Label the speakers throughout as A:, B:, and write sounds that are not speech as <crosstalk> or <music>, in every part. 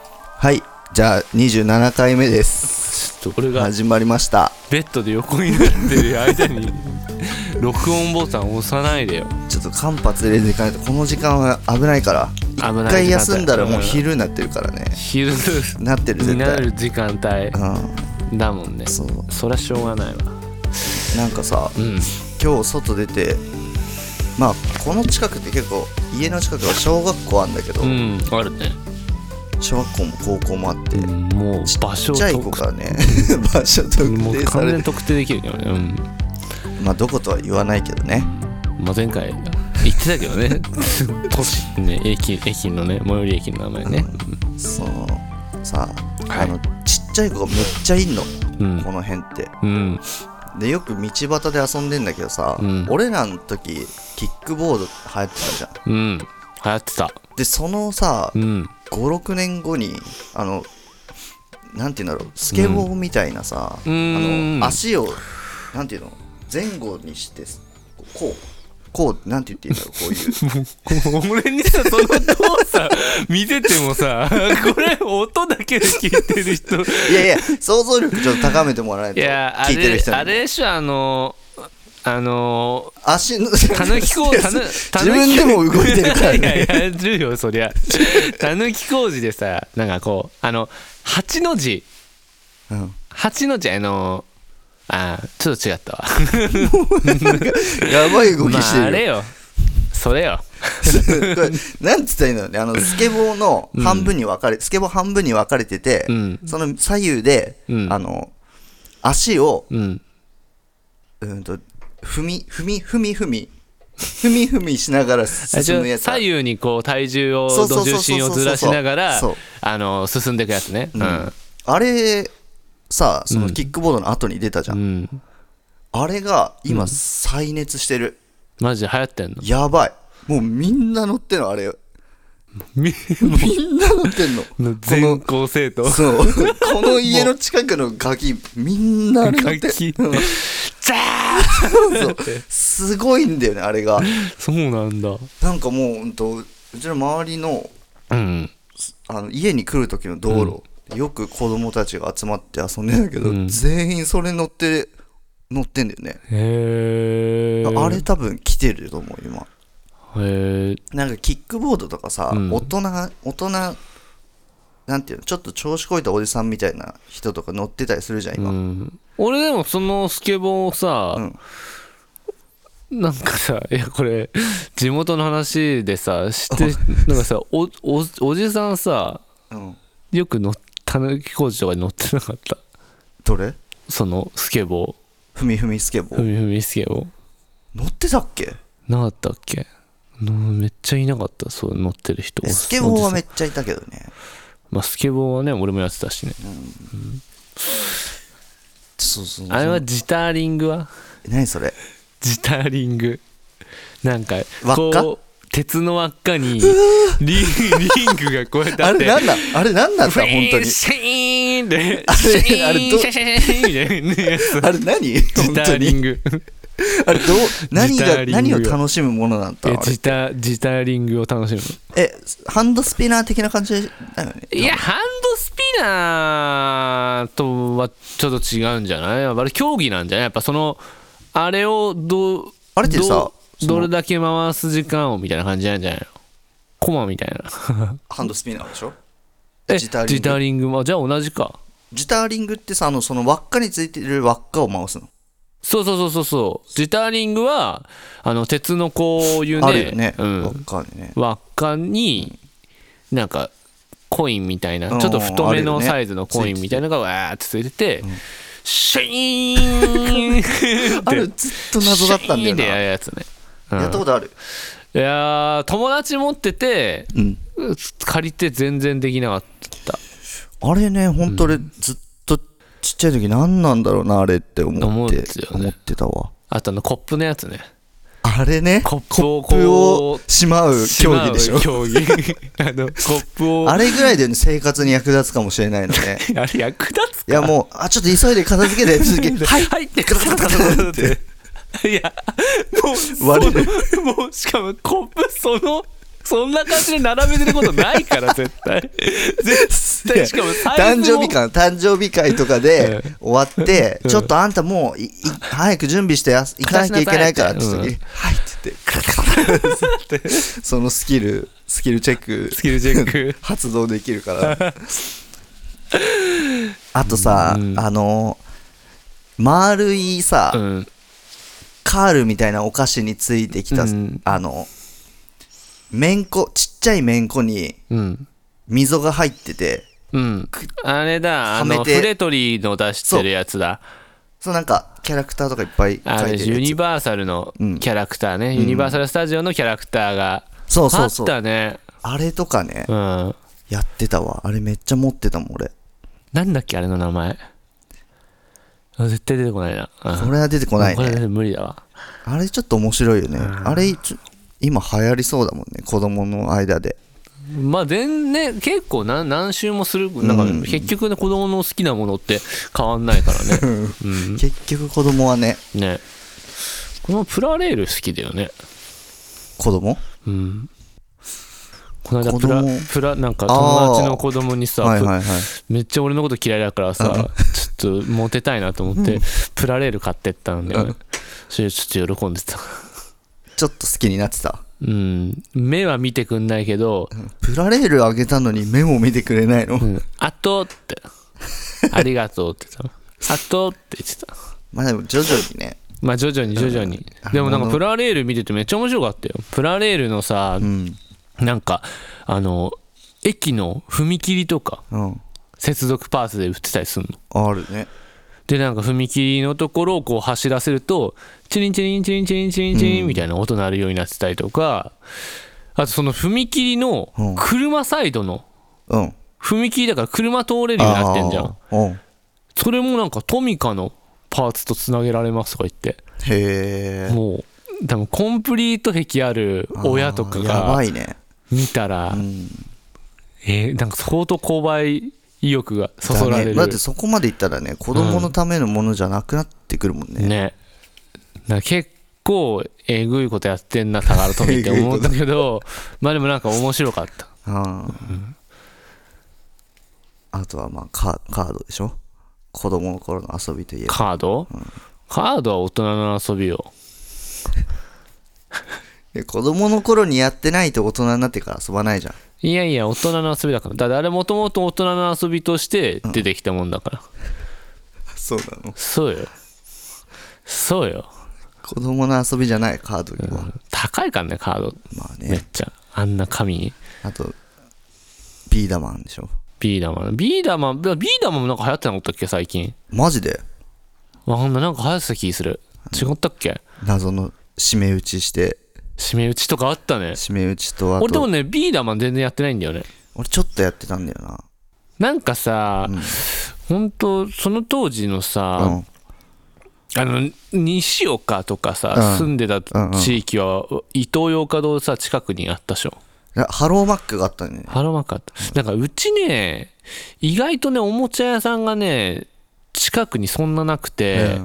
A: はいじゃあ27回目です
B: ちょっと俺が
A: 始まりました
B: ベッドで横になってる間に録音ボタン押さないでよ
A: ちょっと間髪入れていかないとこの時間は危ないから
B: 危ない
A: 一回休んだらもう
B: 時
A: 昼になってるからね
B: 間帯うん昼
A: なってる
B: に
A: 絶
B: な
A: 対
B: る時間帯
A: う
B: だもんね
A: んそ
B: そうりゃしょうがないわ
A: なんかさ
B: うん
A: 今日外出てまあこの近くって結構家の近くは小学校あんだけど、
B: うんあるね
A: 小学校も高校もあって、
B: もう場
A: ち
B: 所
A: っ
B: を
A: ちゃい子
B: 特
A: からね <laughs> 場所特
B: もう
A: 定さ
B: 完全
A: れ
B: に
A: て
B: 特定できるけどねうん
A: まあどことは言わないけどね
B: まあ、前回言ってたけどね <laughs> 都市ね駅駅のね最寄り駅の名前ね
A: そのさあ,、
B: はい
A: のちっちゃい子がめっちゃいんの
B: うん
A: この辺って
B: うん
A: でよく道端で遊んでんだけどさ、
B: うん
A: 俺らの時キックボード流行ってたじゃん
B: うん流行ってた
A: でそのさ
B: <laughs> うん
A: 56年後にあのなんて言うんだろうスケボーみたいなさ、
B: うー
A: あ
B: ん
A: の足をなんていうの前後にしてこうこうなんて言っていいんだろうこういう
B: 俺にさ <laughs> その動作見てても <laughs> さこれ音だけで聞いてる人
A: いやいや、想像力ちょっと高めてもらわない
B: い
A: と。
B: やあ
A: 聞いてる
B: れ
A: 人に。
B: あれでしょあのあの
A: 足の。 <laughs>
B: たぬきこうたぬた
A: 自
B: ぬ
A: 分
B: き
A: でも動いてるから
B: <laughs> いやい
A: ね。
B: ややるよそりゃたぬき工事でさなんかこうあの八の字
A: うん
B: 八の字あのあーちょっと違ったわ
A: やばい動き
B: ま
A: して
B: ああ
A: る
B: れ
A: よ。
B: よそれよ
A: <laughs> これなんつったらいいのね、あの、スケボーの半分に分かれ、スケボー半分に分かれてて
B: う、ん
A: その左右で、
B: うん
A: あの、足を、
B: うん
A: うんと、踏み、踏み、踏み、踏み、踏み踏みしながら
B: あ一
A: 進む
B: 応
A: やつだ。
B: 左右にこう体重を
A: そうそうそう
B: と
A: そう
B: 重心をずらしながら
A: そう
B: あの進んでいくやつねう
A: うんんあれ、さ、そのキックボードの後に出たじゃ。
B: うんん
A: あれが今再熱してる。
B: マジで流行ってんの
A: やばいもうみんな乗ってんのあれ
B: み
A: みんな乗ってんの
B: 全校生徒
A: そう
B: <laughs>
A: この家の近くのガキみんなあれ乗って
B: ガキ
A: うん
B: <laughs> ザ
A: そうすごいんだよねあれが
B: ーそうなんだ
A: なんかもうほんとうちの周りの
B: うん
A: あの家に来る時の道路、よく子供たちが集まって遊んでんだけど、
B: うん
A: 全員それ乗って乗ってんだよね、
B: へえ
A: あれ多分来てると思う今
B: へえ
A: なんかキックボードとかさ、
B: うん
A: 大人が大人なんていうのちょっと調子こいたおじさんみたいな人とか乗ってたりするじゃん
B: う
A: 今、
B: ん俺でもそのスケボーをさ、なんかさ <laughs> いやこれ地元の話でさして
A: <laughs>
B: なんかさおおおじさんさ
A: うん
B: よく乗ったぬき工事とかに乗ってなかった
A: どれ
B: そのスケボ
A: ふみふみスケボ
B: ーふ
A: ー
B: みふみスケボー
A: 乗ってたっけ
B: なかったっけのめっちゃいなかったそう乗ってる人
A: えスケボーはめ
B: おじ
A: っちゃいたけどね
B: さんまあ、スケボーはね俺もやってたしね
A: そうそう
B: あれはジターリングは
A: 何それ
B: ジターリングなんか
A: 輪っか
B: こう鉄の輪っかにリンリングがこうやってあ
A: あ
B: っ
A: れ
B: て
A: なんだあれなんなんだ
B: フ
A: 本
B: ィー
A: 当に
B: シャイーンで
A: あれ
B: シャイーン
A: あれど
B: シャシャシャイーンみたいなやつ
A: あれ何
B: ジ
A: 本
B: タ
A: 当
B: ーリン
A: に
B: グ
A: あれどう何
B: ジタ
A: が
B: ーリング
A: 何
B: よ
A: を楽しむものなんだ
B: え
A: あれ
B: ジタジターリングを楽しむ
A: えハンドスピナー的な感じだよね
B: いやハンドスピナーとはちょっと違うんじゃないあれ競技なんじゃないやっぱそのあれをどう
A: あれってさ
B: どう
A: その
B: どれだけ回す時間をみたいな感じなんじゃないのコマみたいな
A: ハンドスピナーでしょ <laughs>
B: え
A: ジターリング
B: ジターリングもあじゃあ同じか
A: ジターリングってさあのその輪っかについてる輪っかを回すの
B: そうそうそうそうそうジターリングはあの鉄のこういうね
A: あるよね、
B: う
A: 輪っ
B: ん、
A: かにね
B: 輪っかになんかコインみたいな
A: うん
B: ちょっと太め
A: あ
B: の
A: るよね
B: サイズのコインみたいなのがわーってついてて、シャイーン
A: あれずっと謎だったんだよ
B: シャイーンで
A: な
B: やるやつね、うん
A: やったことある
B: いやー友達持ってて
A: うん
B: 借りて全然できなかった
A: あれねほんと俺ずっとちっちゃい時何なんだろうなあれって思って
B: 思うんですよね
A: 思ってたわ
B: あとあのコップのやつね
A: あれね
B: コップを
A: コップを
B: こう
A: しまう競技でしょ
B: しまう競技 <laughs> あのコップを
A: あれぐらいで、ね、生活に役立つかもしれないの
B: <laughs>
A: ね
B: あれ役立つ
A: いやもうあちょっと急いで片付け
B: <laughs>
A: て続け
B: は
A: はいい
B: はい <laughs> って
A: カタカタカタカタって
B: いやもう
A: 割れ
B: <laughs> そのもうしかもコップそのそんな感じで並べてることないから絶
A: <laughs>
B: 対絶対しかもサイズ
A: 誕生
B: も
A: 日か誕生日会とかで
B: え
A: 終わって、
B: うん
A: ちょっとあんたもういい早く準備してやす行かなきゃいけないからって時に、
B: うん
A: はいって言ってカラカラカラって
B: <laughs>
A: そのスキルスキルチェック
B: スキルチェック
A: 発動できるから
B: <laughs>
A: あとさ、
B: うん
A: あの丸いさ、
B: うん
A: カールみたいなお菓子についてきた、
B: うん
A: あのめんこちっちゃいめんこに
B: うん
A: 溝が入ってて
B: うんあれだあ
A: は
B: の
A: めて
B: フレトリーの出してるやつだ
A: そうなんかキャラクターとかいっぱい
B: あ
A: 書
B: れ
A: いて
B: ユ
A: るや
B: ニ
A: つ
B: バーサルのキャラクターね、ユニバーサル・スタジオのキャラクターが
A: そう
B: あ
A: そう
B: っ
A: そう
B: たね
A: あれとかね、
B: うん
A: やってたわあれめっちゃ持ってたもん俺
B: なんだっけあれの名前あ絶対出てこないなうん
A: これは出てこない
B: これ
A: ね
B: 無理だわ
A: あれちょっと面白いよねあれちょ今流行りそうだもんね子供の間で
B: まあ全ね結構何何周もするなんか、
A: うん
B: 結局ね子供の好きなものって変わんないから
A: <laughs>
B: ねうん
A: 結局子供はね
B: ねこのプラレール好きだよね
A: 子供
B: うんこの間プラ
A: 子供
B: プラなんか
A: あー
B: 友達の子供にさ、
A: はい
B: プ
A: はいはい
B: めっちゃ俺のこと嫌いだからさちょっとモテたいなと思って、プラレール買ってったんだよねそれちょっと喜んでた
A: ちょっと好きになってた
B: うん目は見てくんないけど、
A: プラレールあげたのに目も見てくれないの、
B: うん、あとってありがとうって言ってたあとって言ってた
A: まあでも徐々にね
B: まあ徐々に徐々に、でもなんかプラレール見ててめっちゃ面白かったよプラレールのさ
A: う、ん
B: なんかあの駅の踏切とか
A: うん
B: 接続パーツで売ってたりするの
A: あるね
B: でなんか踏切のところをこう走らせるとチリンチリンチリンチリンチリンチリンみたいな音鳴るようになってたりとか、あとその踏切の
A: うん
B: 車サイドの
A: うん
B: 踏切だから車通れるようになってんじゃん
A: あーうん
B: それもなんかトミカのパーツとつなげられますとか言って
A: へえ
B: もう多分コンプリート壁ある親とか
A: やば
B: が
A: いね
B: 見たら、
A: ん
B: えーなんか相当購買意欲がそそられる
A: だねだってそこまでいったらね子供のためのものじゃなくなってくるもんね、
B: ねなんか結構えぐいことやってんな宝富って思っ
A: <laughs>
B: たけどまあでもなんか面白かった
A: あああとはまあカカードでしょ子供の頃の遊びといえば
B: カード、カードは大人の遊びよ
A: で子供の頃にやってないと大人になってから遊ばないじゃん
B: いやいや大人の遊びだからだってあれもともと大人の遊びとして出てきたもんだから、
A: そうなの
B: そうよそうよ
A: 子供の遊びじゃないカードは、
B: 高いからねカード
A: まあ
B: め
A: ね
B: っちゃあんな紙に
A: あとビーダマンでしょ
B: ビーダマンビーダマンビーダマンもなんか流行ってなかったっけ最近
A: マジで
B: わかんないなんか流行ってた気する違ったっけ
A: 謎の締め打ちして
B: 締め打ちとかあったね
A: 締め打ちとあと
B: 俺でもねビーダマン全然やってないんだよね
A: 俺ちょっとやってたんだよな
B: なんかさ、
A: うん
B: ほんとその当時のさ、
A: う
B: あの西岡とかさ、
A: うん
B: 住んでた
A: うんうん
B: 地域は伊東洋華堂さ近くにあったでしょ
A: んあハローマックがあったんだよね
B: ハローマークあったなんかうちね意外とねおもちゃ屋さんがね近くにそんななくて、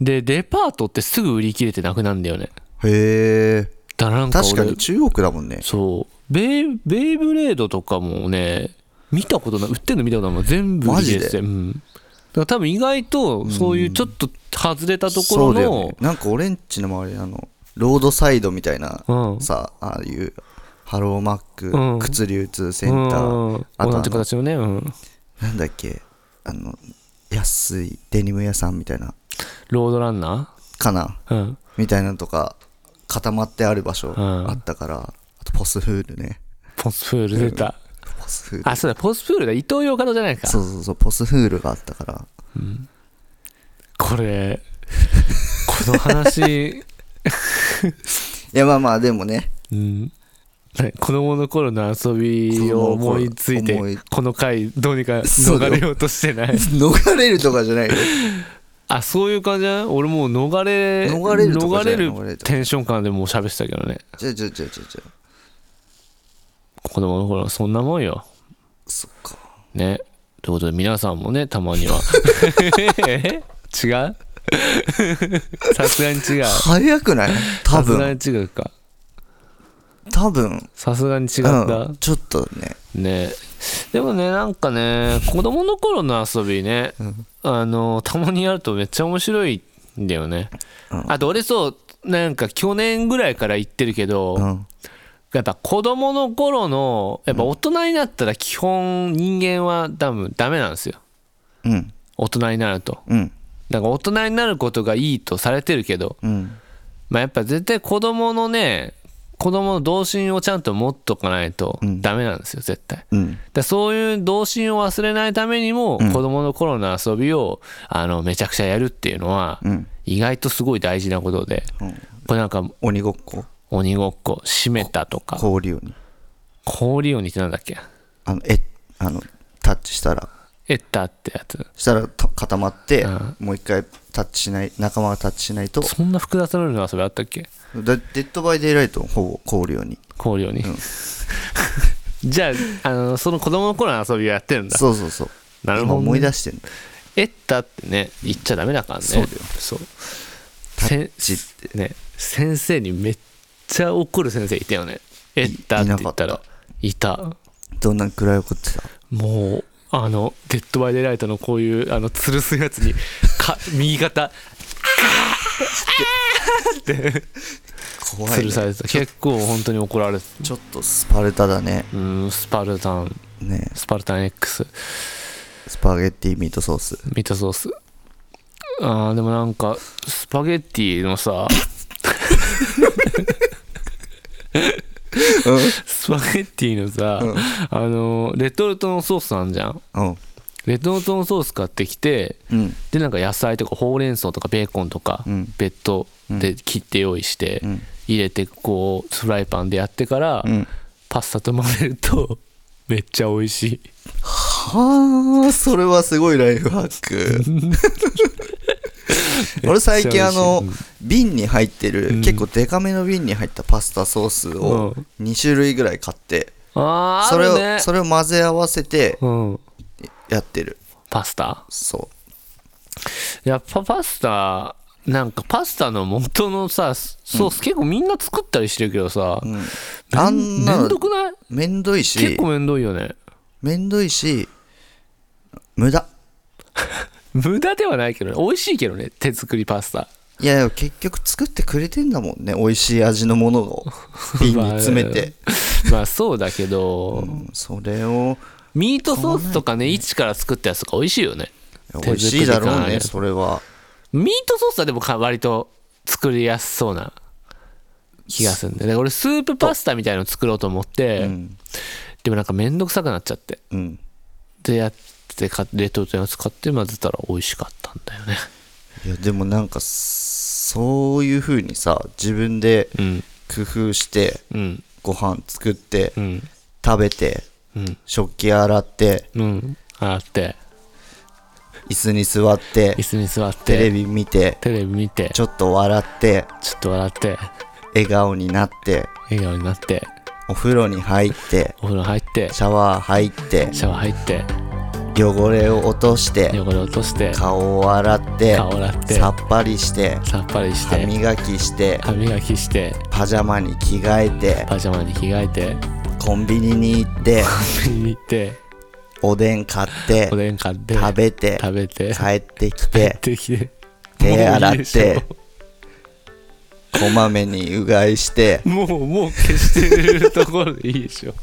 B: でデパートってすぐ売り切れてなくなんだよね
A: うんへえ
B: だからなんか俺
A: 確かに中国だもんね
B: そうベイベイブレードとかもね見たことない売ってんの見たことないもん全部売り切れてて
A: マ
B: うん、だから多分意外とそういうちょっと外れたとこ
A: そ
B: ろ
A: うだ
B: の
A: よね、なんか俺んちの周りあのロードサイドみたいな、
B: うん
A: さああいうハローマック、
B: うん
A: 靴流通センター、
B: うん
A: あとあの
B: 同じ形のね、うん、
A: なんだっけあの安いデニム屋さんみたいな
B: ロードランナ
A: かな
B: ー、うん、
A: みたいなのとか固まってある場所
B: ん
A: あったから、あとポスフールね
B: ポスプール出た、
A: ポスフール
B: あそうだポスプールだ伊東洋華堂じゃないか
A: そうそうそうポスフールがあったから
B: これこの話、
A: いやまあまあでもね <laughs>
B: うん、ね子供の頃の遊びを思いつい
A: 子供の頃思
B: て
A: い
B: この回どうにか
A: そうだ
B: 逃
A: よ
B: れようとして
A: <laughs>
B: ない
A: 逃れるとかじゃないよ
B: あそういう感じじゃない俺もう逃れ
A: 逃れるとかじゃない逃
B: 逃
A: れ
B: れる
A: る
B: テンション感でもう喋ってたけどね
A: じゃじゃじゃじゃじゃ
B: 子供の頃はそんなもんよ
A: そっか
B: ねということで皆さんもねたまには
A: <laughs>
B: え違うさすがに違う
A: 早くない多
B: さす
A: 分
B: がに違うか
A: 多分
B: さすがに違
A: う
B: った
A: ん、ちょっとね
B: ねでもねなんかね子供の頃の遊びね、あのたまにやるとめっちゃ面白いんだよね、
A: うん
B: あと俺そうなんか去年ぐらいから言ってるけど、
A: うん
B: やっぱ子供の頃のやっぱ大人になったら基本人間は多分ダメなんですよ
A: うん
B: 大人になると
A: うん
B: なんか大人になることがいいとされてるけど、
A: うん
B: まあ、やっぱ絶対子供のね子供の童心をちゃんと持っとかないと
A: うん
B: ダメなんですよ絶対
A: うん
B: だそういう童心を忘れないためにも、
A: うん
B: 子供の頃の遊びをあのめちゃくちゃやるっていうのは、
A: うん
B: 意外とすごい大事なことで
A: うん
B: これなんか
A: 鬼ごっこ
B: 鬼ごっこ閉めたとか
A: 氷鬼
B: 氷鬼ってなんだっけ
A: あのえあのタッチしたら
B: エッタってやつ
A: したらと固まって、
B: うん
A: もう一回タッチしない仲間がタッチしないと
B: そんな複雑なルールの遊びあったっけ
A: だデッドバイデイライトほぼ氷鬼
B: 氷鬼、 <laughs> じゃああのその子供の頃の遊びをやってるんだ
A: そうそうそう
B: なる
A: 今
B: ほどね、
A: 思い出してんの
B: エッタってね言っちゃダメだからね
A: そうだよ
B: そう
A: タ
B: せん
A: ッチって
B: ね先生にめっちゃ怒る先生いたよねえったって言った
A: いな
B: ら
A: か
B: いた
A: どんなんくらい怒ってた
B: もうあの「デッド・バイ・デイ・ライト」のこういうあの吊るすやつ
A: <laughs>
B: にか右肩
A: 怖
B: 吊るされてた結構本当に怒られて
A: ちょっとスパルタだね
B: うーんスパルタン
A: ね
B: スパルタン X
A: スパゲッティミートソース
B: ミートソースあーでもなんかスパゲッティのさスパゲッティのさ、
A: うん
B: あのレトルトのソースあんじゃん
A: うん
B: レトルトのソース買ってきて
A: うん
B: でなんか野菜とかほうれん草とかベーコンとか、
A: うん
B: ベッドで切って用意して、
A: うん
B: 入れてこうフライパンでやってから、
A: うん
B: パスタと混ぜるとめっちゃ美味しい
A: はあそれはすごいライフハ
B: <laughs>
A: ック俺最近あの
B: めっちゃ美味しい
A: 瓶に入ってる、
B: うん
A: 結構デカめの瓶に入ったパスタソースを
B: うん
A: 2種類ぐらい買って、
B: あー
A: それ
B: あ
A: を
B: るね
A: それを混ぜ合わせて
B: うん、
A: やってる
B: パスタ
A: そ
B: やっぱパスタなんかパスタの元のさソース結構みんな作ったりしてるけどさ、
A: う、うん、
B: め
A: あんな
B: めん
A: の
B: どくない
A: めんどい
B: 結
A: し
B: 構めんどいよね
A: めんどいし無駄
B: 無駄ではないけどね美味しいけどね手作りパスタ
A: いやいや結局作ってくれてんだもんね美味しい味のもの
B: <laughs>
A: を瓶に詰めて、
B: まあそうだけ
A: う
B: ど、
A: んそれを
B: ミートソースとかね一から作ったやつとか美味しいよね
A: 美味しいだろう
B: 手作り感ある
A: ね
B: やつ
A: それは
B: ミートソースはでもか割と作りやすそうな気がするんでね俺スープパスタみたいの作ろうと思って、
A: うん
B: でもなんかめんどくさくなっちゃって
A: うん
B: でやってかレトルトのやつ買って混ぜたら美味しかったんだよね
A: いやでもなんかそういう風にさ自分で
B: うん
A: 工夫して
B: うん
A: ご飯作って
B: うん
A: 食べて
B: うん
A: 食器洗って
B: うん洗って
A: 椅子に座って
B: 椅子に座って
A: テレビ見て
B: テレビ見て
A: ちょっと笑って
B: ちょっと笑って
A: 笑顔になって
B: 笑顔になって
A: お風呂に入って
B: お風呂入って
A: シャワー入って
B: シャワー入って
A: 汚れを落として
B: 汚れ落として
A: 顔を洗って
B: 顔洗って
A: さっぱりして
B: さっぱりし
A: 歯
B: て
A: 磨きして
B: 歯磨きして
A: パジャマに着替えて
B: パジャマに着替えて
A: コンビニに行
B: <laughs>
A: って
B: コンビニに行って
A: おでん買って
B: おでん買って
A: 食べて
B: 食べて
A: 帰ってき
B: 帰っててきて
A: 手洗って
B: <laughs> も
A: こまめにうがいして
B: ういいでしょもうもう消してるところでいいでしょ